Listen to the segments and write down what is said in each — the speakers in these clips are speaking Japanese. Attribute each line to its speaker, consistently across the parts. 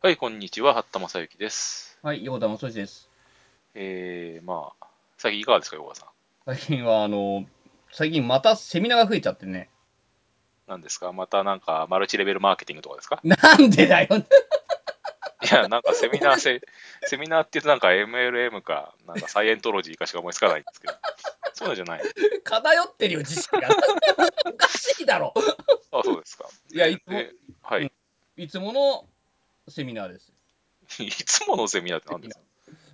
Speaker 1: はい、こんにちは、八田正幸です。
Speaker 2: はい、横田正義です。
Speaker 1: えー、まあ、最近いかがですか、横川さん。
Speaker 2: 最近は、あの、最近またセミナーが増えちゃってね。
Speaker 1: 何ですかまたなんか、マルチレベルマーケティングとかですか
Speaker 2: なんでだよ。
Speaker 1: いや、なんかセミナー、セ セミナーって言うとなんか MLM か、なんかサイエントロジーかしか思いつかないんですけど、そうじゃない。
Speaker 2: 偏ってるよ、知識が。 おかしいだろ。
Speaker 1: あ、そうですか。
Speaker 2: いやいつも
Speaker 1: ではい。
Speaker 2: うんいつものセミナーです。
Speaker 1: いつものセミナーって何ですか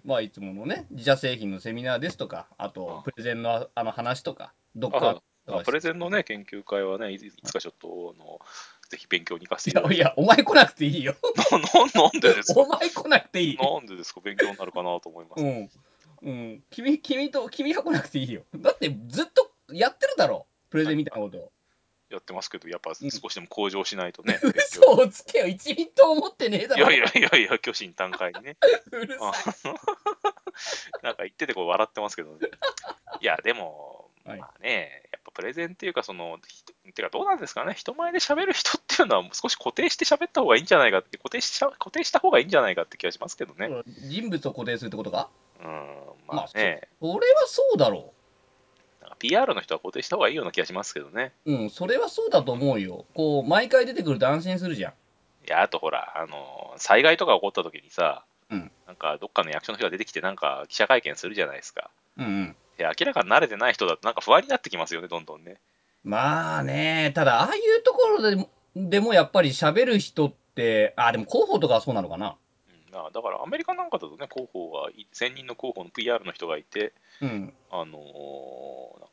Speaker 2: まあ、いつものね、自社製品のセミナーですとか、あ
Speaker 1: あ
Speaker 2: と、プレゼンのあの話とか、どっ
Speaker 1: あ
Speaker 2: か
Speaker 1: あプレゼンのね、研究会はね、いいつかちょっと、あの、ぜひ勉強に行かせて
Speaker 2: い
Speaker 1: いただ
Speaker 2: や、
Speaker 1: い
Speaker 2: い
Speaker 1: て。
Speaker 2: や、お前来なくていいよ。
Speaker 1: なななんでですか
Speaker 2: お前来なくていい。
Speaker 1: なんでですか勉強になるかなと思います。
Speaker 2: うん。うん。君、君と、君が来なくていいよ。だって、ずっとやってるだろ。プレゼンみたいなこと。
Speaker 1: やってますけど、やっぱ少しでも向上しないと ね。勉強
Speaker 2: 嘘をつけよ。一ミリと思ってねえだ
Speaker 1: い
Speaker 2: ろ
Speaker 1: や。いやいやいや、虚心坦懐にね。
Speaker 2: うるさい。
Speaker 1: なんか言っててこう笑ってますけど、ね、いや、でも、
Speaker 2: はい
Speaker 1: まあね、やっぱプレゼンっていうか、その、ひてかどうなんですかね、人前で喋る人っていうのは少し固定して喋った方がいいんじゃないかって、固定しちゃ固定した方がいいんじゃないかって気がしますけどね。
Speaker 2: 人物を固定するってことか
Speaker 1: うん、まあね、
Speaker 2: 俺はそうだろ
Speaker 1: なんか PR の人は固定した方がいいような気がしますけどね。
Speaker 2: う。うん、それはそうだと思うよ。こう、毎回出てくると安心するじゃん。
Speaker 1: いや、あとほら、あの、災害とか起こった時にさ、
Speaker 2: うん
Speaker 1: なんかどっかの役所の人が出てきて、なんか記者会見するじゃないですか。
Speaker 2: うんうん。
Speaker 1: で明らかに慣れてない人だと、なんか不安になってきますよね、どんどんね。
Speaker 2: まあね、ただ、ああいうところでも、でもやっぱり喋る人って、あ、でも広報とかはそうなのかな。
Speaker 1: うんあだからアメリカなんかだとね、広報がい、専任の広報の PR の人がいて、
Speaker 2: うん。
Speaker 1: あのーなんか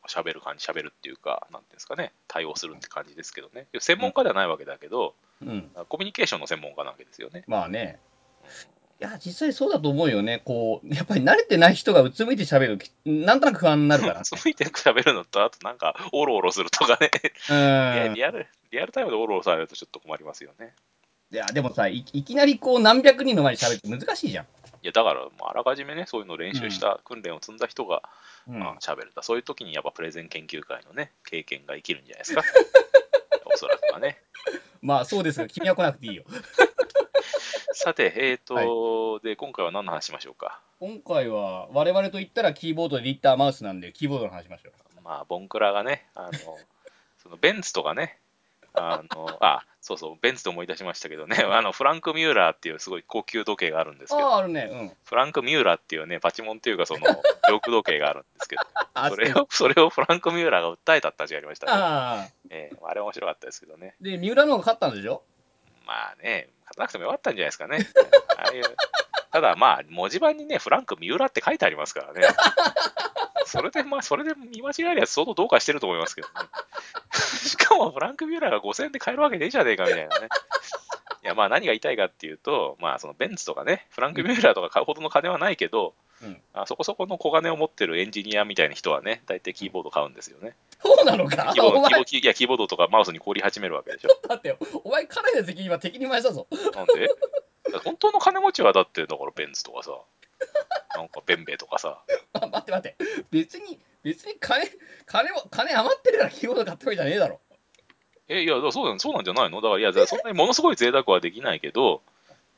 Speaker 1: 喋る感じ、喋るっていうか、なんていうんですかね、対応するって感じですけどね。専門家ではないわけだけど、
Speaker 2: うん。
Speaker 1: コミュニケーションの専門家なわけですよね。
Speaker 2: まあね。いや、実際そうだと思うよね。こう、やっぱり慣れてない人がうつむいて喋るとき、なんとなく不安になるから。
Speaker 1: そのいて喋るのと、あとなんか、おろおろするとかね、いや
Speaker 2: うん。
Speaker 1: リアル、リアルタイムでおろおろされるとちょっと困りますよね。
Speaker 2: いや、でもさ、いいきなりこう何百人の前で喋って難しいじゃん。
Speaker 1: いや、だから、もうあらかじめね、そういうのを練習した、訓練を積んだ人が、
Speaker 2: うん
Speaker 1: あの喋れた。そういう時に、やっぱプレゼン研究会のね、経験が生きるんじゃない ですか。おそらくはね。
Speaker 2: まあそうですが、君は来なくていいよ。
Speaker 1: さて、えーと、で、今回は何の話しましょうか。
Speaker 2: 今回は我々と言ったらキーボードでリッターマウスなんでキーボードの話しましょ
Speaker 1: まあ、ボンクラがね、あの、 そのベンツとかね、あの、あ、そうそう、ベンツと思い出しましたけどね、あの、フランク・ミューラーっていうすごい高級時計があるんです
Speaker 2: う。
Speaker 1: けど、
Speaker 2: ああ、あるね。うん。
Speaker 1: フランク・ミューラーっていうね、パチモンっていう か、その、洋服時計があるんですけど、
Speaker 2: あ
Speaker 1: それを、それをフランク・ミューラーが訴えたって話がありましたね。
Speaker 2: ああ。
Speaker 1: ええあれ面白かったですけどね。
Speaker 2: で、三浦の方が勝ったんでしょ
Speaker 1: まあね、勝たなくてもよかったんじゃないですかね。 ああいうただまあ、文字盤にね、フランク三浦って書いてありますからね。それで、まあ、それで見間違えるやつ相当どうかしてると思いますけどね。 しかも、フランク三浦が5000円で買えるわけねえじゃねえかみたいなね。いや、まあ、何が言いたいかっていうと、まあ、そのベンツとかね、フランクミューラーとか買うほどの金はないけど、
Speaker 2: うん
Speaker 1: あそこそこの小金を持ってるエンジニアみたいな人はね、大体キーボード買うんですよね。
Speaker 2: そうなのか
Speaker 1: キーボードキー
Speaker 2: お
Speaker 1: ボ
Speaker 2: 前
Speaker 1: ー、ドいやキーボードとかマウスに凍り始めるわけでしょ。
Speaker 2: だって、お前、彼の責任は敵に回したぞ。
Speaker 1: なんで だから本当の金持ちはだって、だからベンツとかさ、なんかベンベとかさ、
Speaker 2: あ待って待って。別に、別に金、金も、金余ってるからキーボード買ったわけじゃねえだろ。
Speaker 1: え、いや、だからそうなんそうなんじゃないのだから、いや、そんなにものすごい贅沢はできないけど、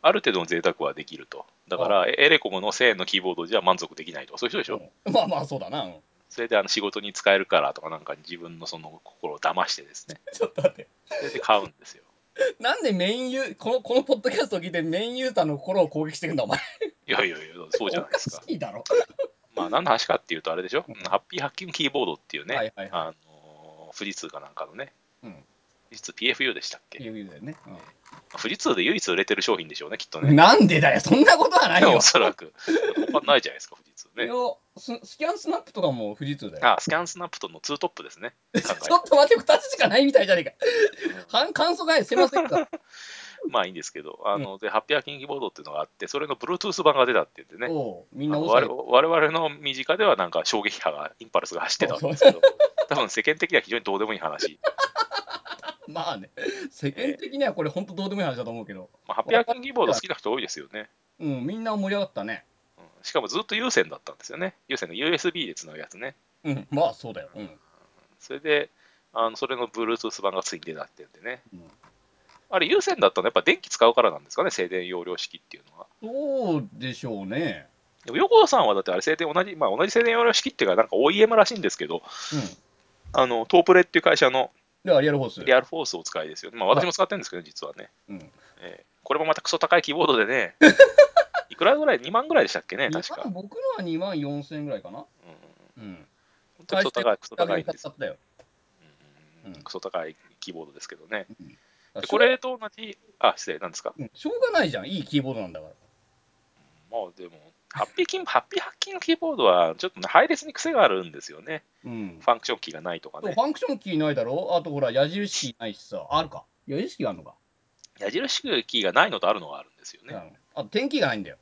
Speaker 1: ある程度の贅沢はできると。だから、エレコムの1000円のキーボードじゃ満足できないとか、そういう人でしょ、
Speaker 2: うんまあまあ、そうだな。うん
Speaker 1: それであの仕事に使えるからとか、なんか自分のその心を騙してですね、
Speaker 2: ちょっと待って。
Speaker 1: それで買うんですよ。
Speaker 2: なんでメインユー、この、このポッドキャストを聞いてメインユーザーの心を攻撃していくんだ、お前。
Speaker 1: いやいやいや、そうじゃないです か
Speaker 2: お。しいだろ。
Speaker 1: まあ、何の話かっていうと、あれでしょ、うんハッピーハッキングキーボードっていうね、
Speaker 2: はいはいはい。
Speaker 1: あの富士通かなんかのね、
Speaker 2: うん
Speaker 1: 富士通 PFU でしたっけ
Speaker 2: キーボードだよね。うん
Speaker 1: 富士通で唯一売れてる商品でしょうね、きっとね。
Speaker 2: なんでだよ、そんなことはない よ
Speaker 1: お。そらく。他ないじゃないですか、富士通
Speaker 2: い
Speaker 1: ね
Speaker 2: や。ススキャンスナップとかも富士通だよ。
Speaker 1: あ、スキャンスナップとのツートップですね。考
Speaker 2: ちょっと待って、2つしかないみたいじゃねえか。感感想がせませ んか。
Speaker 1: えまあいいんですけど、あの、で、ハッピーハッキングキーボードっていうのがあって、それの Bluetooth 版が出たって言ってね、
Speaker 2: おうみ
Speaker 1: あ
Speaker 2: んな
Speaker 1: の
Speaker 2: 大
Speaker 1: 我
Speaker 2: 騒ぎ
Speaker 1: 々我々の身近ではなんか衝撃波が、インパルスが走ってたわけですけど、 多分世間的には非常にどうでもいい話。
Speaker 2: まあね、世間的にはこれ本当どうでもいい話だと思うけど、
Speaker 1: まあ、ハッピーハッキングキーボード好きな人多いですよね。
Speaker 2: うん、みんな盛り上がったね。
Speaker 1: うんしかもずっと有線だったんですよね。有線の USB でつなぐやつね。
Speaker 2: うん、まあそうだよ。うん。
Speaker 1: それで、あのそれの Bluetooth 版がついに出たって言ってね。
Speaker 2: うん
Speaker 1: あれ、有線だったのはやっぱ電気使うからなんですかね、静電容量式っていうのは。
Speaker 2: どうでしょうね。
Speaker 1: でも横田さんはだってあれ静電同じ、まあ、同じ静電容量式っていうか、なんか OEM らしいんですけど、あのトープレっていう会社の
Speaker 2: うん。では、リアルホース。
Speaker 1: リアルフォースをお使いですよね。まあ、私も使ってるんですけど、実はね。
Speaker 2: うん。
Speaker 1: ええこれもまたクソ高いキーボードで ね、いくらぐらい、2万ぐらいでしたっけね、確か
Speaker 2: 2。万僕のは2万4000円ぐらいかな。
Speaker 1: うん、
Speaker 2: うん。
Speaker 1: 本当にクソ高い、クソ高いん
Speaker 2: 買
Speaker 1: で
Speaker 2: っ
Speaker 1: す
Speaker 2: ちゃ。ったよ。
Speaker 1: う
Speaker 2: うん
Speaker 1: ん、クソ高いキーボードですけどね。でこ
Speaker 2: これ、
Speaker 1: れと同じ、あ、失礼、なんですか。
Speaker 2: うんしょうがないじゃん。いいキーボードなんだから。
Speaker 1: まあでも、ハッピーキン、ハッピーハッキンのキーボードは、ちょっとね、配列に癖があるんですよね。
Speaker 2: うん。
Speaker 1: ファンクションキーがないとか
Speaker 2: そう
Speaker 1: ね
Speaker 2: フ。ァンクションキーないだろあとほら、矢印キーないしさ。あるか。矢印キーがあるのか。
Speaker 1: 矢印キーがないのとあるのがあるんですよね。
Speaker 2: うんあと、点キーがないんだよ。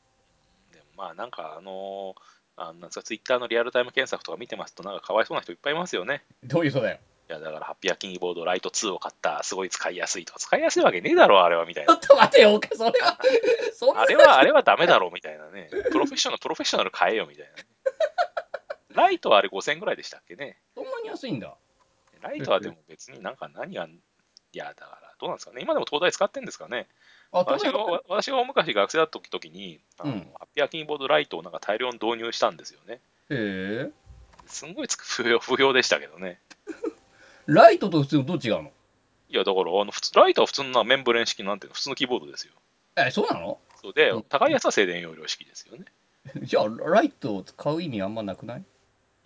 Speaker 1: でもまあなんか、あのー、あのなんですか、ツイッターのリアルタイム検索とか見てますと、なんかかわいそうな人いっぱいいますよね。
Speaker 2: どういう人だよ。
Speaker 1: いや、だからハッピーハッキングボードライト2を買った、すごい使いやすいとか、使いやすいわけねえだろ、あれは、みたい
Speaker 2: ちょ
Speaker 1: な。
Speaker 2: っと待てよ、それは。 そんな
Speaker 1: あれは、あれはダメだろ、みたいなね。プロフェッショナル、プロフェッショナル買えよ、みたい な。ライトはあれ5000ぐらいでしたっけね。
Speaker 2: そんなに安いんだ。
Speaker 1: ライトはでも別になんか何が、いや、だからどうなんですかね。今でも東大使ってんですかね。
Speaker 2: あ、
Speaker 1: 私が
Speaker 2: 東大
Speaker 1: わ私が大昔学生だった時に、あの
Speaker 2: うん
Speaker 1: ハッピーハッキングボードライトをなんか大量に導入したんですよね。
Speaker 2: へえ。
Speaker 1: すんごいつく不評不評でしたけどね。
Speaker 2: ライトと普通のどう違うの
Speaker 1: いや、だからあの普通、ライトは普通のなメンブレン式なんていうの、普通のキーボードですよ。
Speaker 2: え、そうなの
Speaker 1: そうで
Speaker 2: うん、
Speaker 1: 高いやつは静電容量式ですよね。
Speaker 2: じゃあ、ライトを使う意味あんまなくない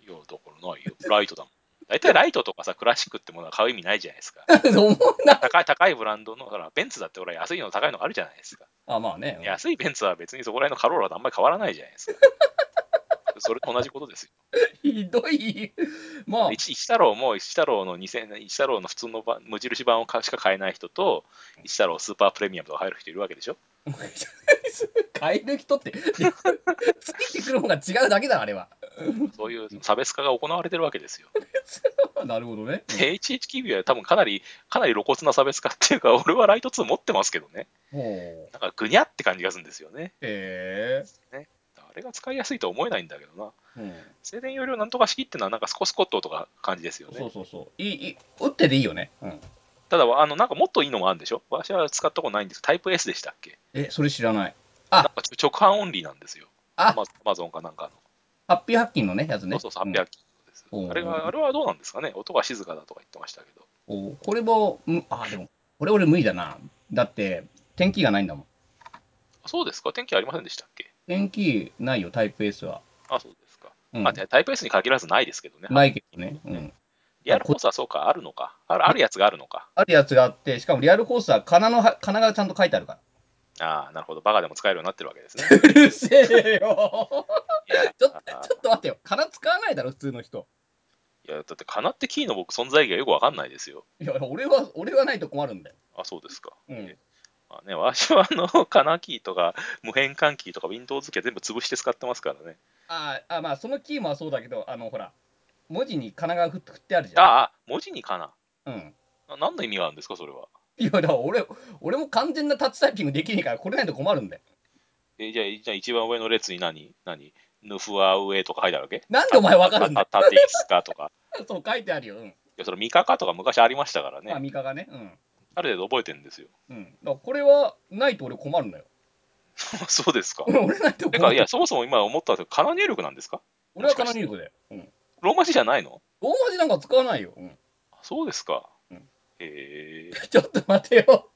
Speaker 1: いや、だからないよ。ライトだもん。大体ライトとかさ、クラシックってものは買う意味ないじゃないですか。
Speaker 2: 思うな。
Speaker 1: 高い、高いブランドの、だからベンツだって俺は安いの高いのがあるじゃないですか。
Speaker 2: あ、まあね。
Speaker 1: 安いベンツは別にそこら辺のカローラとあんまり変わらないじゃないですか。それと同じことですよ。
Speaker 2: ひどい。まあ、
Speaker 1: 一一太郎も一太郎の2000一太郎の普通の版無印版をかしか買えない人と、一太郎スーパープレミアムとか入る人いるわけでしょ。
Speaker 2: 買える人って、 ついてくる方が違うだけだ、あれは。
Speaker 1: そういう差別化が行われてるわけですよ。
Speaker 2: なるほどね。
Speaker 1: で、HH キビは多分かなり、かなり露骨な差別化っていうか、俺はライト2持ってますけどね。
Speaker 2: ほう。
Speaker 1: なんかぐにゃって感じがするんですよね。
Speaker 2: へえ。
Speaker 1: あれが使いやすいとは思えないんだけどな。
Speaker 2: うん
Speaker 1: 静電容量なんとか式ってのは、なんかスコスコットとか感じですよ
Speaker 2: そ
Speaker 1: ね
Speaker 2: う。そうそう。いい、いい打ってでいいよね。うん
Speaker 1: ただ、あの、なんかもっといいのもあるんでしょ私は使ったことないんですタイプ S でしたっけ
Speaker 2: え、それ知らない。
Speaker 1: な
Speaker 2: あ
Speaker 1: んか直販オンリーなんですよ。
Speaker 2: あ
Speaker 1: まアマゾンかなんか
Speaker 2: ハッピーハッキンのね、やつ
Speaker 1: の。
Speaker 2: ね。
Speaker 1: そうそう、800キロです、
Speaker 2: うん
Speaker 1: あれ
Speaker 2: うん
Speaker 1: が。あれはどうなんですかね音が静かだとか言ってましたけど。
Speaker 2: おこれも、うんあ、でも、これ俺無理だな。だって、天気がないんだもん。
Speaker 1: あそうですか天気ありませんでしたっけ
Speaker 2: 天気ないよ、タイプ S は。
Speaker 1: あ、そうですか。
Speaker 2: うん、
Speaker 1: まあ、タイプ S に限らずないですけどね。
Speaker 2: ないけどね。うん。
Speaker 1: リアルコースはそうか、あるのか。あるあるやつがあるのか。
Speaker 2: あるやつがあって、しかもリアルコースは、金のは、金がちゃんと書いてあるから。
Speaker 1: ああ、なるほど。バカでも使えるようになってるわけ ですね。
Speaker 2: うるせえよ
Speaker 1: いや
Speaker 2: ちょっ
Speaker 1: あ
Speaker 2: と、ち
Speaker 1: ー
Speaker 2: ょっと待ってよ。金使わないだろ、普通の人。
Speaker 1: いやだって、かなってキーの僕、存在意義がよくわかんないですよ。
Speaker 2: いや、俺は、俺はないと困るんだよ。
Speaker 1: あ、そうですか。
Speaker 2: うん。
Speaker 1: まあね、私はあの、カナキーとか、無変換キーとか、Windows キーは全部潰して使ってますからね。
Speaker 2: あーあ、まあ、そのキーもそうだけど、あの、ほら、文字に金が振って振ってあるじゃん。
Speaker 1: ああ、文字にかな。
Speaker 2: うん。
Speaker 1: な何の意味があるんですか、それは。
Speaker 2: いや、だから俺、俺も完全なタッチタイピングできねえから、これないと困るんだよ。
Speaker 1: えじゃあ、じゃあ一番上の列に何何ヌフアウェイとか書いてあるわけ
Speaker 2: なんでお前わかるんだよ。
Speaker 1: タティスカとか。
Speaker 2: そう書いてあるよ。うん。
Speaker 1: いや、それミカカとか昔ありましたから
Speaker 2: まあ、
Speaker 1: ね。
Speaker 2: ミカがね。うん。
Speaker 1: ある程度覚えてるんですよ。
Speaker 2: うん。だからこれはないと俺困るんだよ。
Speaker 1: そうですか。
Speaker 2: 俺ないと
Speaker 1: てか、
Speaker 2: 困
Speaker 1: い
Speaker 2: る
Speaker 1: や、。そもそも今思ったんですけど、カナ入力なんですか
Speaker 2: 俺はカナ入力だよ。うん。
Speaker 1: ローマ字じゃないの
Speaker 2: ローマ字なんか使わないよ。うん。
Speaker 1: あそうですか。
Speaker 2: うん
Speaker 1: へえ。
Speaker 2: ちょっと待てよ。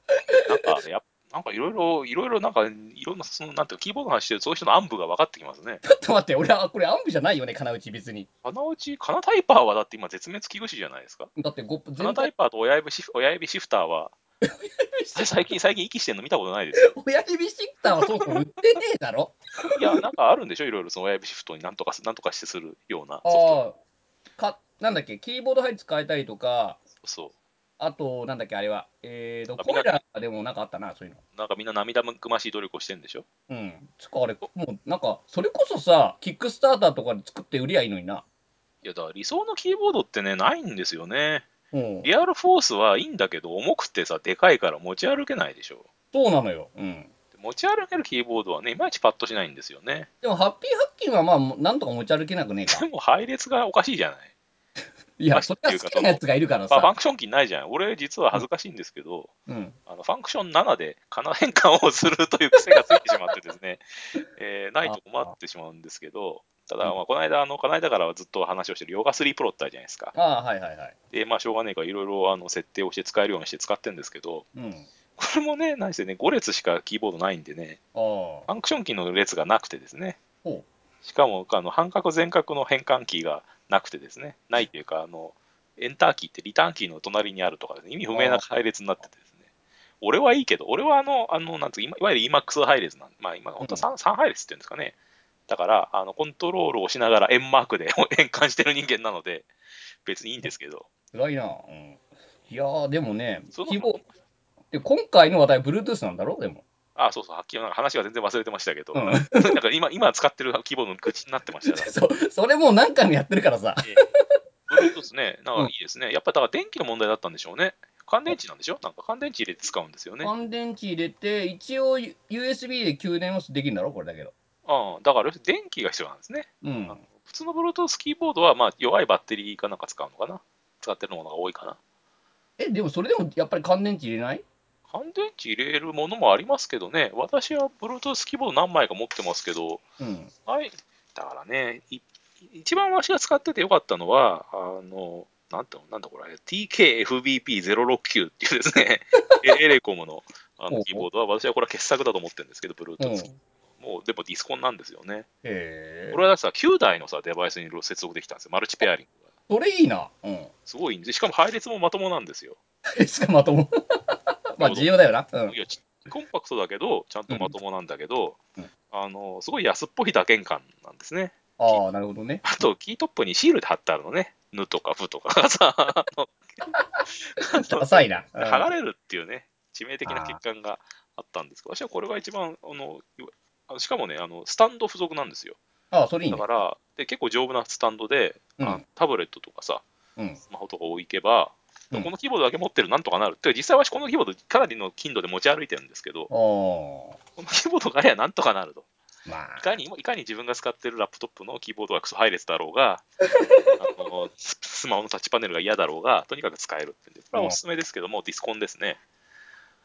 Speaker 1: なんか、やっなんかいろいろ、いろいろなんか、いろんな、その、なんていうか、キーボードの話してると、そういう人の暗部が分かってきますね。
Speaker 2: ちょっと待って、俺はこれアンビじゃないよね、金内別に。
Speaker 1: かなうち、かなタイパーはだって今絶滅危惧種じゃないですか。
Speaker 2: だってご、
Speaker 1: かな
Speaker 2: 全
Speaker 1: タイ
Speaker 2: 体
Speaker 1: パーと親指シフ親指シフターは、
Speaker 2: して
Speaker 1: 最近、最近息してるの見たことないですよ。
Speaker 2: 親指シッターはそうそう売ってねえだ ろ。
Speaker 1: い や、なんかあるんでしょいろいろその親指シフトになんとかす、なんとかしてするようなソフト。
Speaker 2: ああ。か、なんだっけ、キーボード配置変えたりとか、
Speaker 1: そ
Speaker 2: あと、なんだっけ、あれは。えーと、
Speaker 1: あ
Speaker 2: コイラでもなんかあったな、そういうの。
Speaker 1: う。なんかみんな涙ぐましい努力をしてるんでしょ
Speaker 2: うん。つか、あれ、もうなんか、それこそさ、キックスターターとかで作って売りゃいいのにな。
Speaker 1: いや、だから理想のキーボードってね、ないんですよね。
Speaker 2: うん。
Speaker 1: リアルフォースはいいんだけど、重くてさ、でかいから持ち歩けないでしょ。
Speaker 2: そうなのよ。うん。
Speaker 1: 持ち歩けるキーボードはね、いまいちパッとしないんですよね。
Speaker 2: でも、ハッピーハッキングはまあ、なんとか持ち歩けなくねえ
Speaker 1: で
Speaker 2: か。
Speaker 1: も配列がおかしいじゃない。
Speaker 2: いや、それが好きなやつがいるか
Speaker 1: ま
Speaker 2: ら
Speaker 1: あ、ファン
Speaker 2: さ。
Speaker 1: クションキーないじゃん。俺、実は恥ずかしいんですけど、
Speaker 2: うん。
Speaker 1: あのファンクション7でカナ変換をするという癖がついてしまってですね、 えーないと困ってしまうんですけど、ただ、まあ、この間、あの、この間からずっと話をしてるヨガ3プロってあるじゃないですか。
Speaker 2: ああ、はいはいはい。
Speaker 1: で、まあ、しょうがねえから、いろいろあの設定をして使えるようにして使ってるんですけど、
Speaker 2: うん。
Speaker 1: これもね、何せね、5列しかキーボードないんでね、
Speaker 2: あ
Speaker 1: ファンクションキーの列がなくてですね
Speaker 2: ほ、
Speaker 1: しかも、あの半角全角の変換キーがなくてですね、ないというか、あのエンターキーってリターンキーの隣にあるとかですね、意味不明な配列になっててですね、俺はいいけど、俺はあの、あのなんつういわいわゆる EMAX 配列なんで、まあ今、本当は 3, 三配列っていうんですかね。だから、あのコントロールをしながら円マークで 変換してる人間なので、別にいいんですけど、
Speaker 2: あ、偉いな。うん。いやー、でもね、
Speaker 1: その
Speaker 2: 希望。で、今回の話題、Bluetooth なんだろでも。
Speaker 1: あそうそう、はっきりなんか話は全然忘れてましたけど、
Speaker 2: うん
Speaker 1: なんか今、今使ってるキーボードの口になってましたから
Speaker 2: そう、それもう何回もやってるからさ。
Speaker 1: ええ Bluetooth ね、なんかいいですね。やっぱだから電気の問題だったんでしょうね。乾電池なんでしょなんか乾電池入れて使うんですよね。あ
Speaker 2: 乾電池入れて、一応 USB で給電をできるんだろこれだけど。
Speaker 1: あだから要するに電気が必要なんですね。
Speaker 2: うん。
Speaker 1: 普通の Bluetooth キーボードはまあ弱いバッテリーかなんか使うのかな使ってるものが多いかな。
Speaker 2: え、でもそれでもやっぱり乾電池入れない
Speaker 1: 乾電池入れるものもありますけどね、私は Bluetooth キーボード何枚か持ってますけど、
Speaker 2: うん。
Speaker 1: はい、だからね、い一番私が使っててよかったのは、あの、なんてなんだこれ、TKFBP069 っていうです ね、エエレコムのあ
Speaker 2: ほうほ
Speaker 1: の
Speaker 2: う
Speaker 1: キーボードは、私はこれは傑作だと思ってるんですけど、
Speaker 2: うん
Speaker 1: Bluetooth。。もう、でもディスコンなんですよね。
Speaker 2: へえ
Speaker 1: こ。れはさ、9台のさ、デバイスに接続できたんですよ、マルチペアリングが。
Speaker 2: それいいな。 うん。
Speaker 1: すごいんです。しかも配列もまともなんですよ。
Speaker 2: えしかも まとも。まあ、重要だよな。うん
Speaker 1: い。や、ちコンパクトだけど、ちゃんとまともなんだけど、
Speaker 2: うんうん
Speaker 1: あの、すごい安っぽい打鍵感なんですね。
Speaker 2: ああ、なるほど ね。
Speaker 1: あと、キートップにシールで貼ってあるのね。ぬとかふとかがさ、あの
Speaker 2: ダサいな。うん
Speaker 1: 剥がれるっていうね、致命的な欠陥があったんですけど、私はこれが一番、あのいわあのしかもねあの、スタンド付属なんですよ。
Speaker 2: ああ、それいい
Speaker 1: だ
Speaker 2: ね
Speaker 1: か。ら、で結構丈夫なスタンドで、
Speaker 2: うん
Speaker 1: あのタブレットとかさ、
Speaker 2: うん。
Speaker 1: スマホとか置いけば、
Speaker 2: うん
Speaker 1: このキーボードだけ持ってるなんとかなるって、実際私このキーボードかなりの頻度で持ち歩いてるんですけど、
Speaker 2: あ
Speaker 1: このキーボードがあればなんとかなると。
Speaker 2: あ。ま
Speaker 1: い
Speaker 2: あ。
Speaker 1: かにいかに自分が使ってるラップトップのキーボードがクソ配列だろう があのス、スマホのタッチパネルが嫌だろうが、とにかく使えるっていうんで、これはおすすめですけども、ディスコンですね。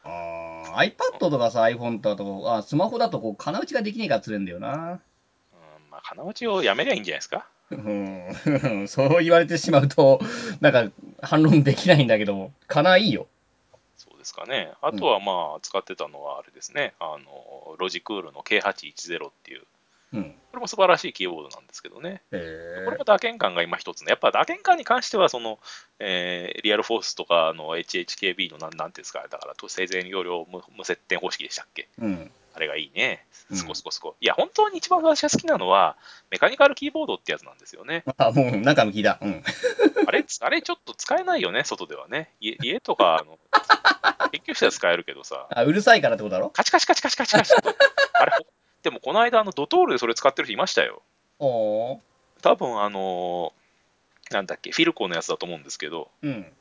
Speaker 2: ああ、iPad とかさ、iPhone とかと、あスマホだとこう、金打ちができねえから釣れんだよな。
Speaker 1: うんまあ、金持ちをやめりゃいいんじゃないですか。
Speaker 2: うん、 そう言われてしまうと、なんか反論できないんだけども、かないいよ。
Speaker 1: そうですかね。あとはまあ、使ってたのはあれですね、あのロジクールの K810 っていう、
Speaker 2: うん。
Speaker 1: これも素晴らしいキーボードなんですけどね。
Speaker 2: へ
Speaker 1: これも打鍵感が今一つね。やっぱ打鍵感に関しては、その、えーリアルフォースとかの HHKB のなんなんていうんですか、だから、生前容量無無接点方式でしたっけ
Speaker 2: うん。
Speaker 1: あれがいいね。
Speaker 2: うん
Speaker 1: スコスコスコ。いや、本当に一番私が好きなのは、メカニカルキーボードってやつなんですよね。
Speaker 2: あ、もう中も聞いた。うん。
Speaker 1: あれ、 あれちょっと使えないよね、外ではね。家家とか、あの 研究室では使えるけどさ、
Speaker 2: あ、うるさいからってことだろ
Speaker 1: カチカチカチカチカチカチと。あれ、でもこの間、あのドトールでそれ使ってる人いましたよ。
Speaker 2: おー
Speaker 1: 多分あのーなんだっけ、フィルコーのやつだと思うんですけど、
Speaker 2: うん。。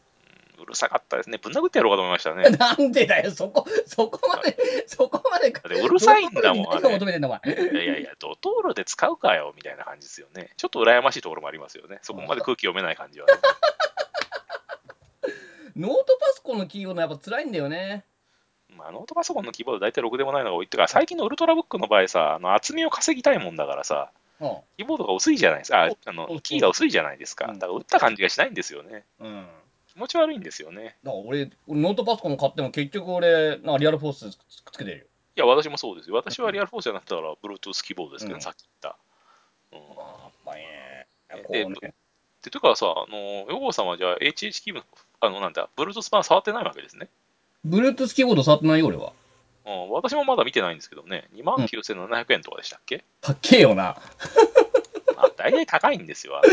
Speaker 1: うるさかったですね。ぶん殴ってやろうかと思いましたね
Speaker 2: なんでだよ、そこ、そこまで、そこまで。
Speaker 1: だってうるさいんだもん、あ
Speaker 2: 何を
Speaker 1: れ
Speaker 2: 求。めてんだ、お前。
Speaker 1: いやいやいや、ドトールで使うかよみたいな感じですよね。ちょっと羨ましいところもありますよね。そこまで空気読めない感じはね。
Speaker 2: ノートパソコンのキーボードやっぱ辛いんだよね。
Speaker 1: まあ、ノートパソコンのキーボード大体6でもないのが多いっていうか、最近のウルトラブックの場合さ、あの厚みを稼ぎたいもんだからさ、
Speaker 2: うん。
Speaker 1: キーボードが薄いじゃないですか、ああ
Speaker 2: そうそう
Speaker 1: のキーが薄いじゃないですか、
Speaker 2: う
Speaker 1: だ
Speaker 2: ん
Speaker 1: から打った感じがしないんですよね。
Speaker 2: うん。だか
Speaker 1: 気持ち悪いんですよね。
Speaker 2: ら俺、俺ノートパソコン買っても結局俺、なんかリアルフォースつくっつけてるよ。
Speaker 1: いや、私もそうですよ。私はリアルフォースじゃなくてたら、Bluetooth キーボードですけど、
Speaker 2: うん
Speaker 1: さっき言った。うん、
Speaker 2: あーやっぱりね。こ
Speaker 1: え
Speaker 2: うね。
Speaker 1: でというかさ、あの、ヨゴさんはじゃあ HH キーボード、あの、なんだ、Bluetooth 版触ってないわけですね。
Speaker 2: Bluetooth キーボード触ってないよ、俺は。
Speaker 1: うん、私もまだ見てないんですけどね、29,700円とかでしたっけ、
Speaker 2: たっけえよな。
Speaker 1: まあ、大体高いんですよ、あ れ。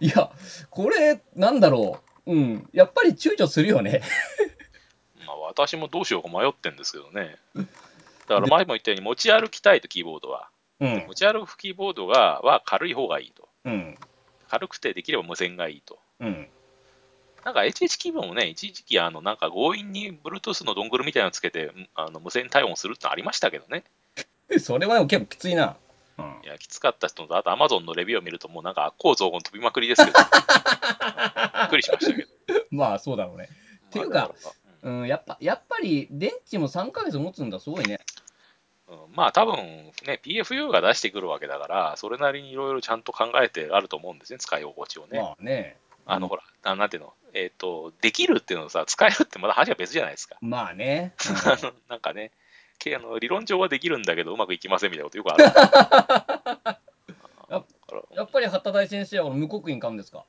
Speaker 2: いや、これ、なんだろう。うん。やっぱり躊躇するよね。
Speaker 1: まあ、私もどうしようか迷ってんですけどね。だから前も言ったように持ち歩きたいとキーボードは。
Speaker 2: うん
Speaker 1: 持。ち歩くキーボードがは軽い方がいいと。
Speaker 2: うん。
Speaker 1: 軽くてできれば無線がいいと。
Speaker 2: うん。
Speaker 1: なんか HH キーボードもね、一時期あのなんか強引に Bluetooth のドングルみたいなのつけてうんあの無線対応するってのありましたけどね。
Speaker 2: それは結構きついな。うん
Speaker 1: いや、きつかった人と、あとアマゾンのレビューを見ると、もうなんか、こう造言飛びまくり ですけど、びっくりしましたけど。
Speaker 2: まあ、そうだろうね。ていうか
Speaker 1: まあだらうん
Speaker 2: うん、やっぱ、やっぱり、電池も3ヶ月持つんだ、すごいね。
Speaker 1: うんまあ多分ね、PFU が出してくるわけだから、それなりにいろいろちゃんと考えてあると思うんですね、使い心地をね。
Speaker 2: まあね。
Speaker 1: あのほら、ななんていうの、えっ、と、できるっていうのとさ、使えるってまだ話が別じゃないですか。
Speaker 2: まあね。
Speaker 1: なんかね、けあの理論上はできるんだけど、うまくいきませんみたいなことよくあ る。だから
Speaker 2: やっぱり、畑大先生はこの無刻印買うんですか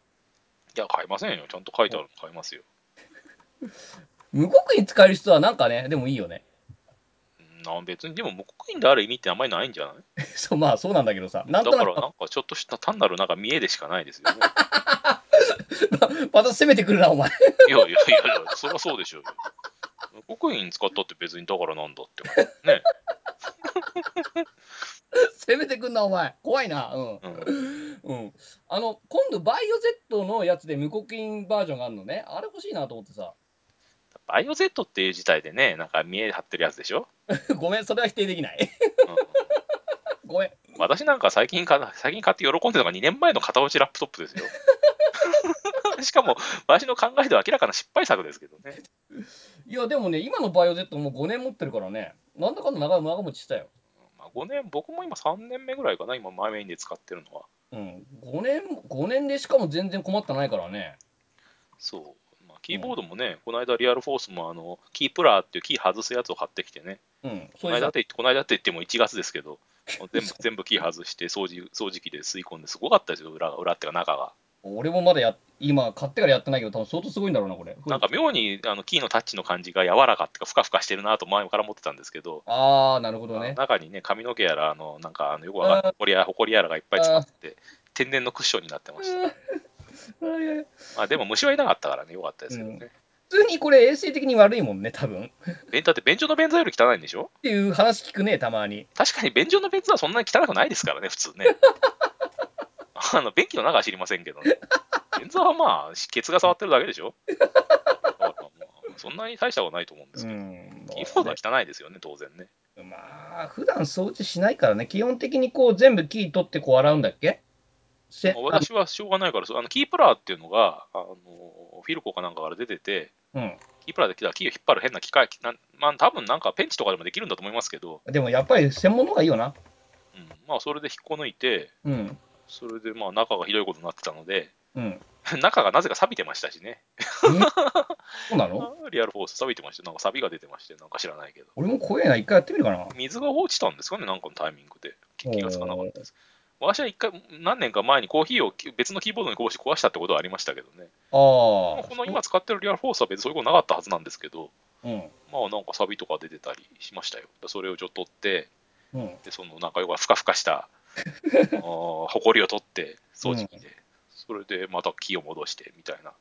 Speaker 1: いや、買いませんよ。ちゃんと書いてあるの買いますよ。
Speaker 2: 無刻印使える人はなんかね、でもいいよね。
Speaker 1: うんなん別に、でも、無刻印である意味ってあんまりないんじゃない
Speaker 2: そう、まあそうなんだけどさ。な
Speaker 1: だ
Speaker 2: ん
Speaker 1: か
Speaker 2: とな
Speaker 1: ら、なん
Speaker 2: く、
Speaker 1: かちょっとした単なるなんか見えでしかないですよね。
Speaker 2: また攻めてくるな、お前。
Speaker 1: いやいやいやいや、そりゃそうでしょうよ。無刻印使ったって別にだからなんだって。ね。
Speaker 2: 攻めてくんな、お前。怖いな。うん。
Speaker 1: うん、
Speaker 2: うん。あの、今度、バイオ Z のやつで無刻印バージョンがあるのね。あれ欲しいなと思ってさ。
Speaker 1: バイオ Z っていう事態でね、なんか見え張ってるやつでしょ。
Speaker 2: ごめん、それは否定できない。
Speaker 1: うん
Speaker 2: ごめん。
Speaker 1: 私なんか最近か、最近買って喜んでるのが2年前の片落ちラップトップですよ。 しかも、私の考えでは明らかな失敗作ですけどね。
Speaker 2: いや、でもね、今のバイオ Z もう5年持ってるからね。なんだかんだ長長持ちしたよ。
Speaker 1: まあ、5年、僕も今3年目ぐらいかな、今、マイメインで使ってるのは。
Speaker 2: うん。5年、5年でしかも全然困ってないからね。
Speaker 1: そう。まあ、キーボードもね、この間、リアルフォースも、あの、キープラーっていうキー外すやつを買ってきてね、
Speaker 2: うん。
Speaker 1: こ
Speaker 2: そ
Speaker 1: の
Speaker 2: れ
Speaker 1: 間
Speaker 2: さ
Speaker 1: っ、て言って、この間って言っても1月ですけど、 全部、全部キー外して、掃除、掃除機で吸い込んで、すごかったですよ、裏が、裏っていうか中が。
Speaker 2: 俺もまだや、今、買ってからやってないけど、多分相当すごいんだろうな、これ。
Speaker 1: なんか妙に、あの、キーのタッチの感じが柔らかっていうか、ふかふかしてるなと前から思ってたんですけど、
Speaker 2: あー、なるほど
Speaker 1: あの
Speaker 2: ね。
Speaker 1: 中にね、髪の毛やら、あのなんかあのよくわかんない、ほこりやほこりやらがいっぱい詰まってて、天然のクッションになってました。
Speaker 2: うんいやいや
Speaker 1: まあ、でも虫はいなかったからね、よかったですけどね。
Speaker 2: 普通にこれ衛生的に悪いもんね、多分。っ
Speaker 1: 便だって、便所の便座より汚いんでしょ
Speaker 2: ていう話聞くね、たまに。
Speaker 1: 確かに便所の便座はそんなに汚くないですからね、普通ね。あの便器の中は知りませんけどね。便座はまあ、ケツが触ってるだけでしょ。 だからまあそんなに大したことないと思うんですけど、
Speaker 2: ん
Speaker 1: キーボードは汚いですよね、当然ね。
Speaker 2: まあ、普段掃除しないからね、基本的にこう全部キー取ってこう洗うんだっけせ
Speaker 1: まあ私はしょうがないから、そうあのキープラーっていうのが、あのフィルコかなんかから出てて、
Speaker 2: うん。
Speaker 1: キープラーで来たらキーを引っ張る変な機械、なんまあ多分なんかペンチとかでもできるんだと思いますけど、
Speaker 2: でもやっぱり専門の方がいいよな。
Speaker 1: うん、まあそれで引っこ抜いて、
Speaker 2: うん。
Speaker 1: それでまあ中がひどいことになってたので、
Speaker 2: うん。
Speaker 1: 中がなぜか錆びてましたしね、
Speaker 2: そうなの
Speaker 1: リアルフォース錆びてまして、なんか錆が出てまして、なんか知らないけど、
Speaker 2: 俺も怖えな、一回やってみるかな。
Speaker 1: 水が落ちたんですかね、なんかのタイミングで、気気がつかなかったです。私は一回、何年か前にコーヒーをき別のキーボードにこぼして壊したってことはありましたけどね、
Speaker 2: ああ。
Speaker 1: まあこの今使ってるリアルフォースは別にそういうことなかったはずなんですけど、
Speaker 2: うん。
Speaker 1: まあなんか錆とか出てたりしましたよ。それをちょっと取って、
Speaker 2: うん。
Speaker 1: で、そのなんか要はふかふかしたあー埃を取って、掃除機で、それでまた木を戻してみたいな。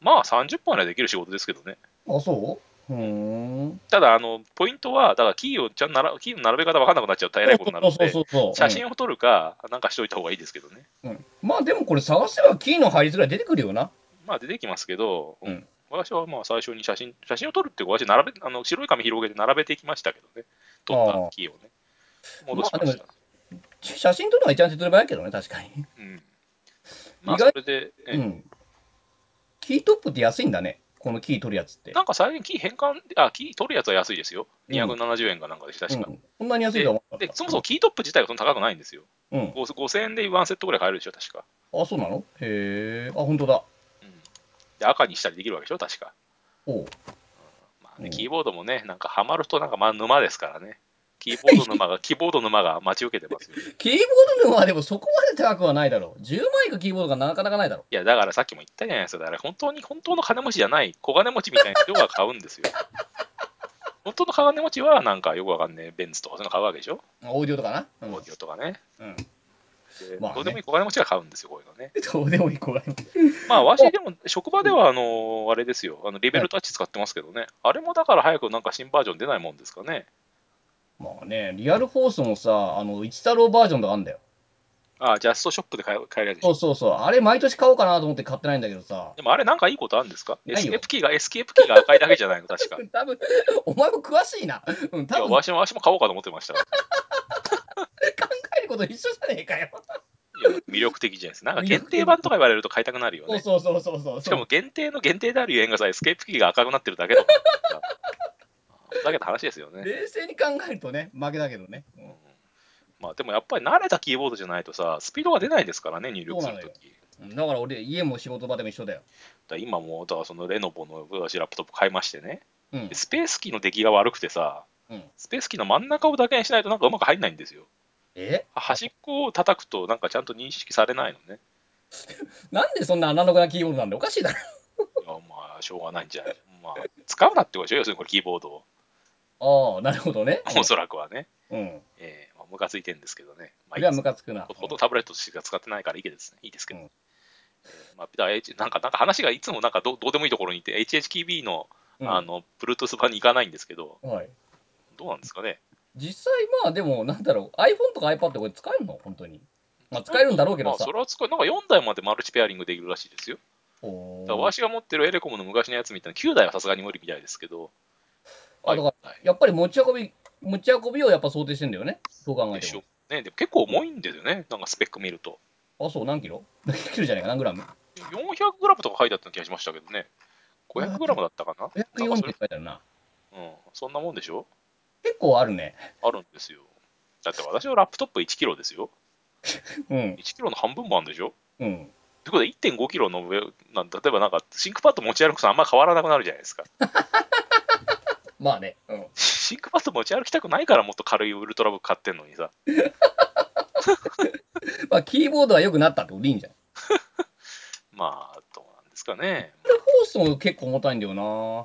Speaker 1: まあ30分ぐらいできる仕事ですけどね。
Speaker 2: あ、そううーん。
Speaker 1: ただ、あの、ポイントは、だからキーをちゃんとなら、キーの並べ方わかんなくなっちゃうとえらいことになるの
Speaker 2: そう
Speaker 1: で
Speaker 2: そ、うそうそう。
Speaker 1: 写真を撮るか、なんかしといた方がいいですけどね。
Speaker 2: うん、うんまあでもこれ探せばキーの入りづらい出てくるよな。
Speaker 1: まあ出てきますけど、
Speaker 2: うん
Speaker 1: 私はまあ最初に写真、写真を撮るっていうか、私並べ、あの白い紙広げて並べていきましたけどね。撮ったキーをね。戻しま
Speaker 2: ま
Speaker 1: し
Speaker 2: あで
Speaker 1: た。
Speaker 2: 写真撮るのが一番手っ取り早いけどね、確かに。
Speaker 1: うん。まあ
Speaker 2: 意外
Speaker 1: それで、ええ
Speaker 2: うん。キートップって安いんだね。このキー取るやつって。
Speaker 1: なんか最近キー変換、あ、キー取るやつは安いですよ。
Speaker 2: うん
Speaker 1: 270円かなんかでした、確
Speaker 2: う
Speaker 1: か。
Speaker 2: ん、こんなに安いとは思わな
Speaker 1: で
Speaker 2: かった。、
Speaker 1: そもそもキートップ自体がそんな高くないんですよ。
Speaker 2: うん。
Speaker 1: ご5000円で1セットぐらい買えるでしょ、確か。
Speaker 2: あ、そうなのへえ。あ、本当だ。
Speaker 1: うん。で、赤にしたりできるわけでしょ、確か。
Speaker 2: おう。
Speaker 1: まあね、
Speaker 2: うん
Speaker 1: キーボードもね、なんかハマるとなんかまあ沼ですからね。キーボード 沼が、キーボード沼が待ち受けてますよ。
Speaker 2: キーボードのはでもそこまで高くはないだろう。10万いくキーボードがなかなかないだろ
Speaker 1: いや、だからさっきも言ったじゃないですか。だから本当に、本当の金持ちじゃない、小金持ちみたいな人が買うんです よ。本当の金持ちは、なんかよくわかんねえ、ベンツとかそういうの買うわけでしょ、
Speaker 2: う。オーディオとかな。うん
Speaker 1: オーディオとかね。
Speaker 2: うん。
Speaker 1: で
Speaker 2: まあね
Speaker 1: どうでもいい小金持ちが買うんですよ、こういうのね。
Speaker 2: どうでもいい子がいい。
Speaker 1: まあ、わし、でも、職場では、あの、あれですよ、あのリベルタッチ使ってますけどね、あれもだから早くなんか新バージョン出ないもんですかね。
Speaker 2: まあね、リアルフォースもさ、あの、一太郎バージョンとかあるんだよ。
Speaker 1: ああ、ジャストショップで買え買えるやつでし
Speaker 2: そ
Speaker 1: ょ
Speaker 2: うそうそう。あれ毎年買おうかなと思って買ってないんだけどさ。
Speaker 1: でもあれなんかいいことあるんですかエ
Speaker 2: ない
Speaker 1: ス
Speaker 2: よ
Speaker 1: ケープキーが、エスケープキーが赤いだけじゃ ないの、確か。い
Speaker 2: 多分、お前も詳しいな。うん、多
Speaker 1: や、
Speaker 2: 分考
Speaker 1: わしも、わしも買おうかと思ってました。
Speaker 2: えること一緒じゃねえか
Speaker 1: い
Speaker 2: よ。
Speaker 1: や魅力的じゃないですか。 なんか限定版とか言われると買いたくなるよ
Speaker 2: そう
Speaker 1: ね。
Speaker 2: そうそうそうそう。
Speaker 1: しかも限定の限定であるゆえんがさ、エスケープキーが赤くなってるだけとか。ふざけた話ですよね。
Speaker 2: 冷静に考えるとね、負けだけどね。うん
Speaker 1: まあでもやっぱり慣れたキーボードじゃないとさ、スピードが出ないですからね、入力する
Speaker 2: そう
Speaker 1: と
Speaker 2: な
Speaker 1: き。
Speaker 2: だから俺、家も仕事場でも一緒だよ。
Speaker 1: だから今も、だからそのレノボの私ラップトップ買いましてね、
Speaker 2: うん
Speaker 1: で。スペースキーの出来が悪くてさ、
Speaker 2: うん
Speaker 1: スペースキーの真ん中をだけにしないとなんかうまく入んないんですよ。
Speaker 2: え
Speaker 1: 端っこを叩くとなんかちゃんと認識されないのね。
Speaker 2: なんでそんなアナログなキーボードなんでおかしいだろ。
Speaker 1: いやまあ、しょうがないんじゃない。まあ、使うなってことでしょ、要するにこれキーボードを。
Speaker 2: ああ、なるほどね。
Speaker 1: お そらくはね。
Speaker 2: うん。
Speaker 1: ええまあ、ムカついてんですけどね。まあ、
Speaker 2: そ
Speaker 1: いい
Speaker 2: れは
Speaker 1: です
Speaker 2: ムカつくな。
Speaker 1: ほほとんどタブレットしか使ってないからいいですね。いいですけど。
Speaker 2: うん
Speaker 1: ええまあ、だから H なんか、なんか話がいつもなんかどうどうでもいいところにいて、HHKB の、
Speaker 2: うん
Speaker 1: あの、Bluetooth 版に行かないんですけど、
Speaker 2: はい。
Speaker 1: どうなんですかね。
Speaker 2: 実際、まあでも、なんだろう、iPhone とか iPad これ使えるの本当に。まあ使えるんだろうけ
Speaker 1: ま
Speaker 2: ど
Speaker 1: あ、
Speaker 2: さ
Speaker 1: そ。れは使う。なんか4台までマルチペアリングできるらしいですよ。だ
Speaker 2: おー
Speaker 1: から、わしが持ってるエレコムの昔のやつみたいな、9台はさすがに無理みたいですけど、
Speaker 2: あだか
Speaker 1: はい
Speaker 2: やっぱり持ち運び、持ち運びをやっぱ想定してんだよね。そう考え
Speaker 1: でしてょね、でも結構重いんですよね、なんかスペック見ると。
Speaker 2: も。あ、そう、何キロ何キロじゃないか、何グラム
Speaker 1: 4 0 0ムとか書いてあった気がしましたけどね、5 0 0ムだったかな、なんか
Speaker 2: ?540 っ
Speaker 1: そ
Speaker 2: て
Speaker 1: れ
Speaker 2: 書いてあるな。
Speaker 1: うん、そんなもんでしょ、
Speaker 2: 結構あるね。
Speaker 1: あるんですよ。だって私のラップトップ1キロですよ、
Speaker 2: うん。
Speaker 1: 1キロの半分もあるんでしょ。
Speaker 2: うん。
Speaker 1: ということで1 5キロの上なん、例えばなんか、シンクパッド持ち歩くとあんま変わらなくなるじゃないですか。
Speaker 2: まあね。うん。
Speaker 1: シンクパッド持ち歩きたくないから、もっと軽いウルトラブック買ってんのにさ、
Speaker 2: まあ、キーボードは良くなったってことでいいんじゃん。
Speaker 1: まあ、どうなんですかね。
Speaker 2: これ、フォースも結構重たいんだよな。
Speaker 1: うん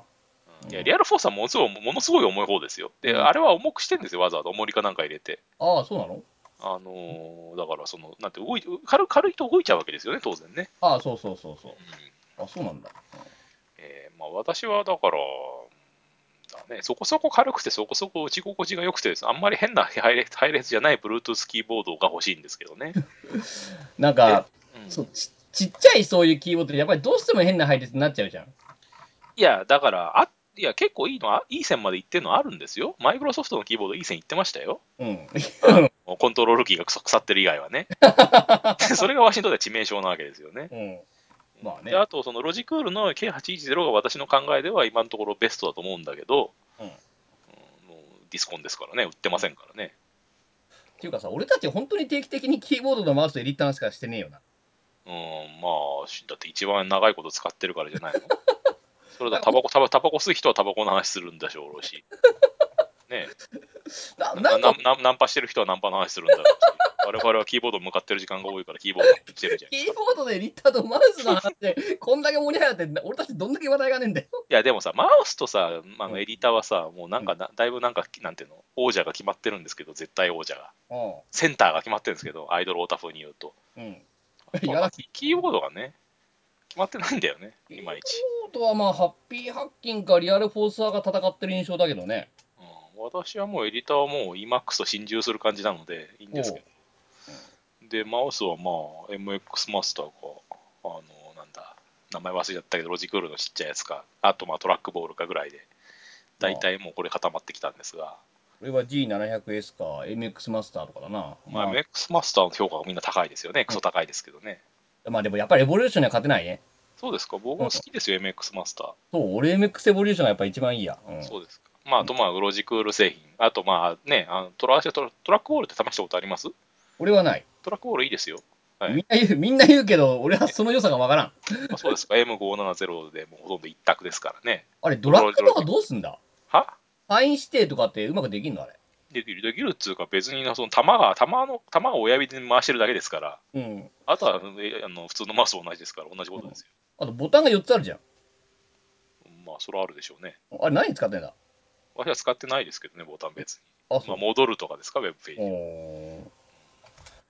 Speaker 1: いやリアルフォースはものすごいものすごい重い方ですよ。で、あれは重くしてんですよ、わざわざ重りかなんか入れて。
Speaker 2: ああ、そうなの
Speaker 1: あのーだからその、なんて動い軽、軽いと動いちゃうわけですよね、当然ね。
Speaker 2: ああ、そうそうそうそう。あ、そうなんだ。
Speaker 1: えーまあ、私はだから、うんだね、そこそこ軽くて、そこそこ打ち心地が良くてです、あんまり変な配列配列じゃない Bluetooth キーボードが欲しいんですけど ね。
Speaker 2: なんか、
Speaker 1: うん
Speaker 2: そうちちっちゃいそういうキーボードってやっぱりどうしても変な配列になっちゃうじゃん。
Speaker 1: いや、だから、あいや結構いいのあ、いい線までいってるのあるんですよ。マイクロソフトのキーボード、いい線いってましたよ。
Speaker 2: うん。
Speaker 1: もうコントロールキーが腐腐ってる以外は ね。それがワシントンでは致命傷なわけですよね。
Speaker 2: うん。まあね
Speaker 1: であと、そのロジクールの K810 が私の考えでは今のところベストだと思うんだけど、
Speaker 2: うん
Speaker 1: うんもうディスコンですからね、売ってませんからね。
Speaker 2: っていうかさ、俺たち本当に定期的にキーボードのマウスとエディッターの話しかしてねえよな。
Speaker 1: うん、まあ、しだって一番長いこと使ってるからじゃない のそれだとタバコ、タバタバコ吸う人はタバコの話するんでしょう し、ね
Speaker 2: な
Speaker 1: え、
Speaker 2: な
Speaker 1: なん
Speaker 2: か
Speaker 1: ななナンパしてる人はナンパの話するんだ ろうし、我々はキーボードに向かってる時間が多いからキーボードに向かってるじゃん。
Speaker 2: キーボードでエディッターとマウスの話でこんだけ盛り上がってんだ俺たちどんだけ話題がねえんだよ。
Speaker 1: いや、でもさ、マウスとさ、まああのエディターはさ、もうなんかな、だいぶなんか、なんていうの、王者が決まってるんですけど、絶対王者が。
Speaker 2: う
Speaker 1: センターが決まってるんですけど、アイドルオタ風に言うと。
Speaker 2: ん。うん。
Speaker 1: キ
Speaker 2: いやだって
Speaker 1: ーボードがね、決まってないんだよね、
Speaker 2: キ
Speaker 1: い
Speaker 2: ー
Speaker 1: まいち。
Speaker 2: ボードはまあ、ハッピーハッキンかリアルフォーサーが戦ってる印象だけどね。
Speaker 1: うん私はもうエディターはもう EMAX と心中する感じなので、いいんですけど。で、マウスはまあ、MX マスターか、あの、なんだ、名前忘れちゃったけど、ロジクールのちっちゃいやつか、あとまあトラックボールかぐらいで、大体もうこれ固まってきたんですが、
Speaker 2: これは G700S か MX マスターとかだな。
Speaker 1: ま
Speaker 2: ま
Speaker 1: あ、
Speaker 2: あ、
Speaker 1: MX マスターの評価がみんな高いですよね、クソ高いですけどね。
Speaker 2: まあでもやっぱりエボリューションには勝てないね。
Speaker 1: そうですか、僕も好きですよ、MX マスター。
Speaker 2: そう、俺 MX エボリューションがやっぱ一番いいや。うん。
Speaker 1: そうですか。まあ、あとまあ、ロジクール製品。あとまあね、あのトラトラトラックボールって試したことあります
Speaker 2: 俺はない。
Speaker 1: トラックボールいいですよ。はい
Speaker 2: みんな言う、 みんな言うけど、俺はその良さがわからん。
Speaker 1: まあ、そうですか。M570 でもうほとんど一択ですからね。
Speaker 2: あれ、ドラッグとかどうすんだ
Speaker 1: は
Speaker 2: ファイン指定とかってうまくできんのあれ。
Speaker 1: できる、できるっつうか、別にその球が、球の、球を親指で回してるだけですから、
Speaker 2: うん。
Speaker 1: あとはえあの普通のマウスと同じですから、同じことですよ。
Speaker 2: あと、ボタンが4つあるじゃん。
Speaker 1: まあ、それはあるでしょうね。
Speaker 2: あれ、何に使ってんだ
Speaker 1: 私は使ってないですけどね、ボタン別に。
Speaker 2: あ、
Speaker 1: ま
Speaker 2: そ
Speaker 1: あ、
Speaker 2: う。
Speaker 1: 戻るとかですか、ウェブページ。
Speaker 2: おー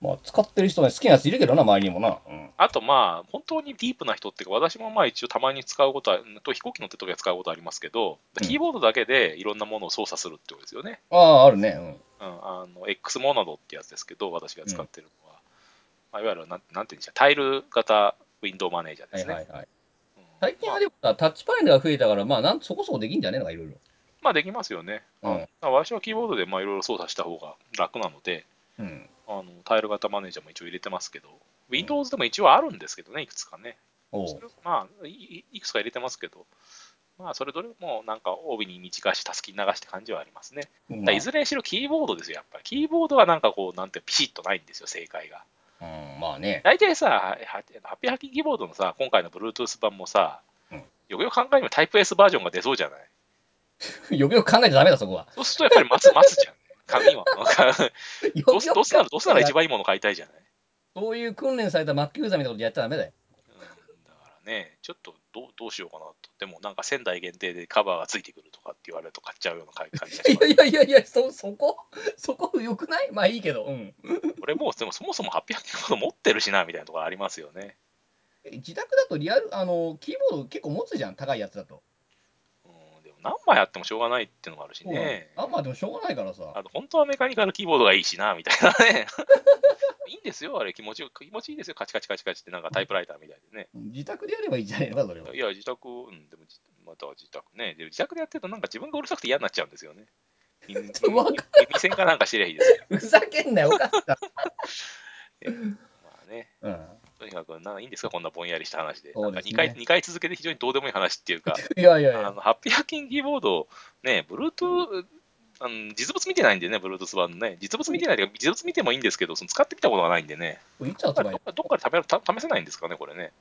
Speaker 2: まあ、使ってる人ね、好きなやついるけどな、周りにもな。うん。
Speaker 1: あとまあ、本当にディープな人っていうか、私もまあ一応たまに使うことは、うんと飛行機乗ってるときは使うことありますけど、
Speaker 2: うん
Speaker 1: キーボードだけでいろんなものを操作するってことですよね。
Speaker 2: ああ、あるね。うん。
Speaker 1: うん、あの X モナドってやつですけど、私が使ってるのは、まあ、いわゆるなんなんていうんでしょう、タイル型ウィンドウマネージャーで
Speaker 2: はい
Speaker 1: すね。
Speaker 2: はいはい。
Speaker 1: うん
Speaker 2: 最近
Speaker 1: ま
Speaker 2: は
Speaker 1: あ
Speaker 2: でもさ、タッチパネルが増えたから、まあ、なんそこそこできんじゃねえのか、いろいろ。
Speaker 1: まあできますよね。
Speaker 2: うん
Speaker 1: うん、私はキーボードでまあいろいろ操作した方が楽なので、
Speaker 2: うん。
Speaker 1: あのタイル型マネージャーも一応入れてますけど、Windows でも一応あるんですけどね、いくつかね。
Speaker 2: お
Speaker 1: そうれをまあいい、いくつか入れてますけど、まあ、それどれもなんか帯に短し、たすきに流して感じはありますね。ただいずれにしろキーボードですよ、やっぱり。キーボードはなんかこう、なんてピシッとないんですよ、正解が。
Speaker 2: うん、まあね。
Speaker 1: 大体さ、はハッピーハッキングキーボードのさ、今回の Bluetooth 版もさ
Speaker 2: うん、
Speaker 1: よくよく考えればタイプ S バージョンが出そうじゃない
Speaker 2: よくよく考えちゃダメだ、そこ は。
Speaker 1: そうするとやっぱり待つ、待つじゃん。紙 は。どう
Speaker 2: よくよく
Speaker 1: すどうすなら、どうすなら一番いいもの買いたいじゃない
Speaker 2: そういう訓練された Mac ユーザーみたいなことやっちゃダメだよ。
Speaker 1: うんだからね、ちょっとどうどうしようかなと。でもなんか仙台限定でカバーがついてくるとかって言われると買っちゃうような感じがし
Speaker 2: い
Speaker 1: ます
Speaker 2: やいやいやいや、そ、そこ、 そこよくないまあいいけど、うん。
Speaker 1: 俺もうでもそもそも800キロ持ってるしなみたいなところありますよね。
Speaker 2: 自宅だとリアル、あの、キーボード結構持つじゃん、高いやつだと。
Speaker 1: うん、でも何枚あってもしょうがないっていうのもあるしね。
Speaker 2: あんまでもしょうがないからさ。
Speaker 1: あと本当はメカニカルキーボードがいいしなみたいなね。 いいんですよ、あれ気持ちよ気持ちいいですよ、カチカチカチカチってなんかタイプライターみたいでね。
Speaker 2: 自宅でやればいいじゃないのか、それは。
Speaker 1: いや、自宅、うん、でもじまた自宅ね。で自宅でやってるとなんか自分がうるさくて嫌になっちゃうんですよね。 耳耳
Speaker 2: わか
Speaker 1: 耳栓かなんかしてりゃいいですよ。
Speaker 2: ふざけんなよ、おかしな。
Speaker 1: まあね。
Speaker 2: うん。
Speaker 1: とにかく、なんかいいんですか、こんなぼんやりした話で。
Speaker 2: そう
Speaker 1: なんか
Speaker 2: ですね
Speaker 1: 2回、二回続けて非常にどうでもいい話っていうか、
Speaker 2: いやいやい
Speaker 1: あ
Speaker 2: や。
Speaker 1: のハッピーハッキングキーボード、ね、Bluetooth、あの実物見てないんでね、Bluetooth 版のね、実物見てないで、実物見てもいいんですけど、その使ってみたことがないんでね、
Speaker 2: いつ発
Speaker 1: どっ
Speaker 2: 売
Speaker 1: かどっかで試べ試せないんですかね、これね。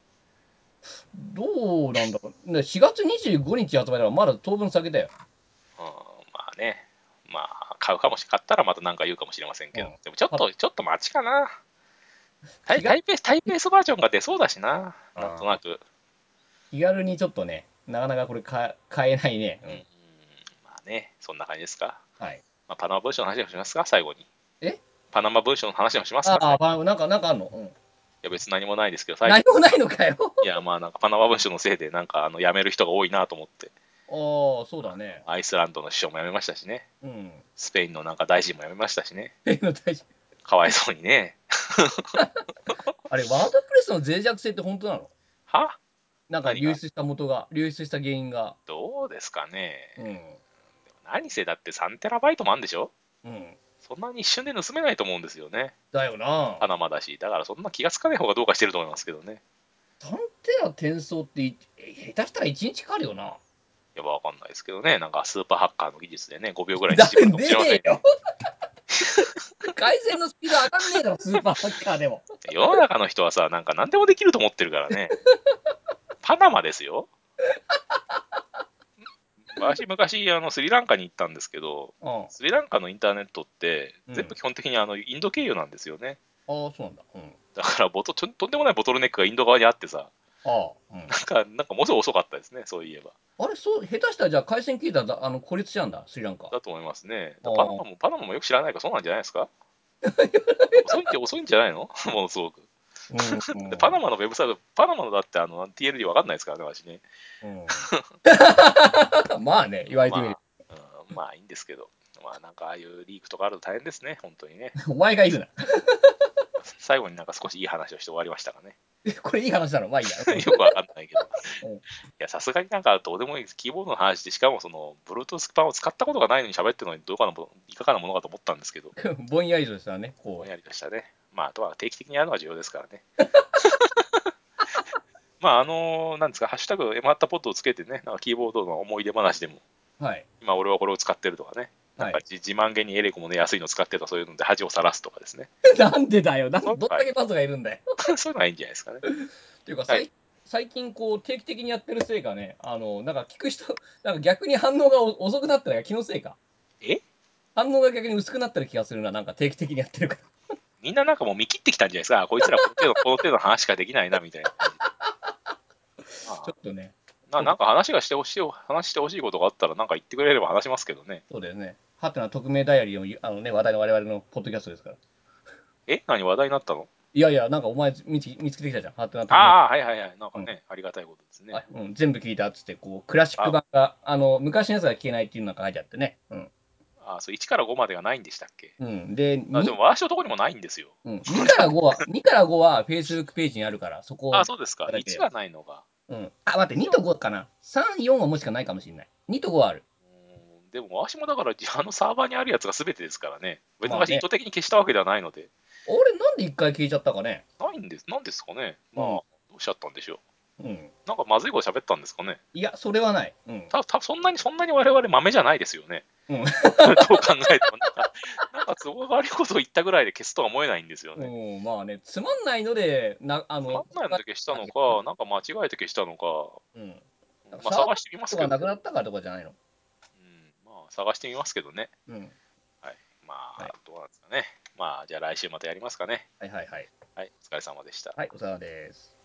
Speaker 2: どうなんだろう。ね4月25日発売だから、まだ当分先だよ。
Speaker 1: うん、まあね、まあ、買うかもし、買ったらまた何か言うかもしれませんけど、
Speaker 2: うん
Speaker 1: でもちょっと、ちょっと待ちかな。タイ
Speaker 2: 違う
Speaker 1: タイペース、タイペースバージョンが出そうだしな、なんとなく。
Speaker 2: 気軽にちょっとね、なかなかこれか買えないね。
Speaker 1: うん、まあね、そんな感じですか。
Speaker 2: うん。はい。
Speaker 1: まあ、パナマ文書の話でもしますか、最後に。
Speaker 2: え
Speaker 1: パナマ文書の話でもしますか、い
Speaker 2: ああ、まあなんか、なんかあんのうん。
Speaker 1: や、別に何もないですけど、最
Speaker 2: 何
Speaker 1: 後
Speaker 2: もないのかよ。
Speaker 1: いや、まあ、なんかパナマ文書のせいで、なんか、あの、辞める人が多いなと思って、
Speaker 2: ああ、そうだね。
Speaker 1: アイスランドの首相も辞めましたしね、
Speaker 2: うん。
Speaker 1: スペインのなんか大臣も辞めましたしね、
Speaker 2: ペンの大事
Speaker 1: かわいそうにね。
Speaker 2: あれ、ワードプレスの脆弱性って本当なの
Speaker 1: は
Speaker 2: なんか
Speaker 1: 何が
Speaker 2: 流出した元が、流出した原因が。
Speaker 1: どうですかね。
Speaker 2: うん。
Speaker 1: 何せだって3テラバイトもあるんでしょ
Speaker 2: うん。
Speaker 1: そんなに一瞬で盗めないと思うんですよね。
Speaker 2: だよな
Speaker 1: パ。ナマだし、だからそんな気がつかない方がどうかしてると思いますけどね。
Speaker 2: 探偵は転送ってい、下手したら1日かかるよな。
Speaker 1: いや、わかんないですけどね。なんかスーパーハッカーの技術でね、5秒ぐらいに
Speaker 2: だ
Speaker 1: 縮
Speaker 2: ね
Speaker 1: むかもしれません
Speaker 2: え
Speaker 1: けど
Speaker 2: よ。 回線のスピード上がんねえ だろ、スーパーハッカーでも。
Speaker 1: 世の中の人はさ、なんか何でもできると思ってるから ね。パナマですよ。私、昔、あの、スリランカに行ったんですけど、
Speaker 2: うん。ああ、
Speaker 1: スリランカのインターネットって、
Speaker 2: うん
Speaker 1: 全部基本的にあの、インド経由なんですよね。
Speaker 2: そうなんだ。うん。
Speaker 1: だからボト、ととんでもないボトルネックがインド側にあってさ、
Speaker 2: ああ、うん。
Speaker 1: なんか、なんかもうすぐ遅かったですね、そういえば。
Speaker 2: あれ、そう、下手したらじゃあ回線切れたらあの孤立しちゃうんだ、スリランカ。
Speaker 1: だと思いますね。パ
Speaker 2: あー
Speaker 1: ナマも、パナマもよく知らないからそうなんじゃないです か遅いって遅いんじゃないの ものすごく。
Speaker 2: うんうん
Speaker 1: でパナマのウェブサイト、パナマのだってあの TLD わかんないですからね、私ね。
Speaker 2: うんまあね、言われてみる。
Speaker 1: まあ、うんまあいいんですけど、まあなんかああいうリークとかあると大変ですね、本当にね。
Speaker 2: お前が言うな。
Speaker 1: 最後になんか少しいい話をして終わりました かね。
Speaker 2: これいい話なのまあいいや。
Speaker 1: よくわかんないけど
Speaker 2: うん。
Speaker 1: いや、さすがになんかどうでもいいキーボードの話で、しかもその Bluetooth 版を使ったことがないのに喋ってるのにどうかなもいかがなものかと思ったんですけど、
Speaker 2: ぼんやりとしたね、こ
Speaker 1: ぼん
Speaker 2: う。
Speaker 1: やりとしたね。まああとは定期的にやるのが重要ですから ね。まああのなんですか、ハッシュタグ、エマッタポッドをつけてね、なんかキーボードの思い出話でも、
Speaker 2: はい。
Speaker 1: 今俺はこれを使ってるとかね、
Speaker 2: は
Speaker 1: なんか
Speaker 2: い、
Speaker 1: じ自慢げにエレコムの安いの使ってとかそういうので恥をさらすとかですね。
Speaker 2: なんでだよ、なん
Speaker 1: そう
Speaker 2: ど
Speaker 1: んかい
Speaker 2: だけパズがいるんだよ。
Speaker 1: そういうのはいいんじゃないですかね。
Speaker 2: っていうか、
Speaker 1: は
Speaker 2: さ
Speaker 1: い
Speaker 2: い、最近こう定期的にやってるせいかね、あのなんか聞く人、 なんか逆に反応がお遅くなったら気のせいか。
Speaker 1: え
Speaker 2: 反応が逆に薄くなってる気がするな、なんか定期的にやってるから。
Speaker 1: みんななんかもう見切ってきたんじゃないですか。あこいつらこの程度 この程度の話しかできないなみたいな感じで。ま
Speaker 2: ちょっとね、
Speaker 1: あななんか話がしてほしい、話してほしいことがあったら、なんか言ってくれれば話しますけどね。
Speaker 2: そうだよね。ハテナ匿名ダイアリーのあの、ね、話題の我々のポッドキャストですから。
Speaker 1: え何話題になったの
Speaker 2: いやいや、なんかお前見つ見つけてきたじゃん、ハテナ匿名
Speaker 1: ああ、はいはいはい。なんかね、ありがたいことですね。
Speaker 2: あうん、全部聞いたっつって、こう、クラシック版が、あの、昔のやつが聞けないっていうのが書いてあってね。うん。
Speaker 1: あそう1から5までがないんでしたっけ
Speaker 2: うん、で、
Speaker 1: あでも、
Speaker 2: 2,
Speaker 1: 私のとこにもないんですよ。
Speaker 2: うん、2から5は、2から5は Facebook ページにあるから、そこを。
Speaker 1: あそうですか。
Speaker 2: だけ
Speaker 1: 1がないのが。
Speaker 2: うん。あ、待って、2と5かな。3、4はもしかないかもしれない。2と5はある。
Speaker 1: うん でも、私もだから、あのサーバーにあるやつが全てですからね。別に
Speaker 2: まあ
Speaker 1: 私
Speaker 2: ね
Speaker 1: 意図的に消したわけではないので。
Speaker 2: 俺なんで一回消えちゃったかね。
Speaker 1: ないんです、なんですかね。まあ、
Speaker 2: うん
Speaker 1: どうしちゃったんでしょう。
Speaker 2: うん。
Speaker 1: なんかまずいこと喋ったんですかね。
Speaker 2: いや、それはない。うん。
Speaker 1: たたそんなに、そんなに我々豆じゃないですよね。
Speaker 2: う
Speaker 1: どう
Speaker 2: ん
Speaker 1: 考えても、なんか、なんか都合が悪いことを言ったぐらいで消すとは思えないんですよね。
Speaker 2: うん、まあね、つまんないので、な、あ
Speaker 1: つま
Speaker 2: の
Speaker 1: ん、ないので消したのか、なんか間違えて消したのか、
Speaker 2: うん。
Speaker 1: まあ、探してみます
Speaker 2: と
Speaker 1: け
Speaker 2: か
Speaker 1: ど、
Speaker 2: な
Speaker 1: うん
Speaker 2: くなったからとかじゃないの。
Speaker 1: まあ、探してみますけどね。
Speaker 2: うん。
Speaker 1: まあ、
Speaker 2: はい
Speaker 1: どうなんですかね。まあ、じゃあ来週またやりますかね。
Speaker 2: はいはいはい。
Speaker 1: はい、お疲れ様でした。
Speaker 2: はい、お世話です。